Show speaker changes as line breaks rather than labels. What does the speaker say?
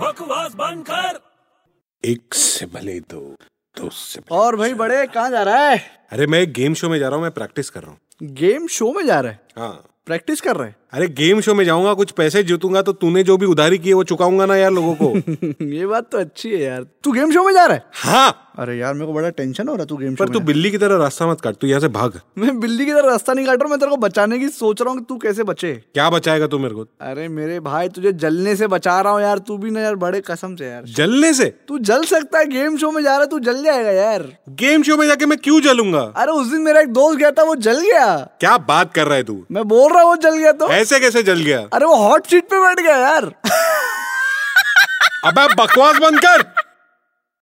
बकवास बंद कर
एक से भले दो दो से भले-
और भाई बड़े कहाँ जा रहा है
अरे मैं एक गेम शो में जा रहा हूँ मैं प्रैक्टिस कर रहा हूँ
गेम शो में जा रहा है
हाँ
प्रैक्टिस कर रहे
अरे गेम शो में जाऊंगा कुछ पैसे जीतूंगा तो तूने जो भी उधारी की है वो चुकाऊंगा ना यार लोगों को
हैं ये बात तो अच्छी है यार तू गेम शो में जा रहा है
हाँ
अरे यार मेरे को बड़ा टेंशन हो रहा है तू गेम शो
पर तू
में
बिल्ली की तरह रास्ता मत काट तू यहाँ से भाग
मैं बिल्ली की तरह रास्ता नहीं काट रहा हूं, मैं तेरे को बचाने की सोच रहा हूँ तू कैसे बचे
क्या बचाएगा तू मेरे को
अरे मेरे भाई तुझे जलने से बचा रहा हूँ यार तू भी ना यार बड़े कसम से यार
जलने से
तू जल सकता है गेम शो में जा रहा है तू जल जाएगा यार
गेम शो में जाके मैं क्यों जलूंगा
अरे उस दिन मेरा एक दोस्त गया था वो जल गया
क्या बात कर रहा है तू
मैं बोल रहा हूँ वो जल गया तो
ऐसे कैसे जल गया
अरे वो हॉट सीट पे बैठ गया यार
अब बकवास बंद कर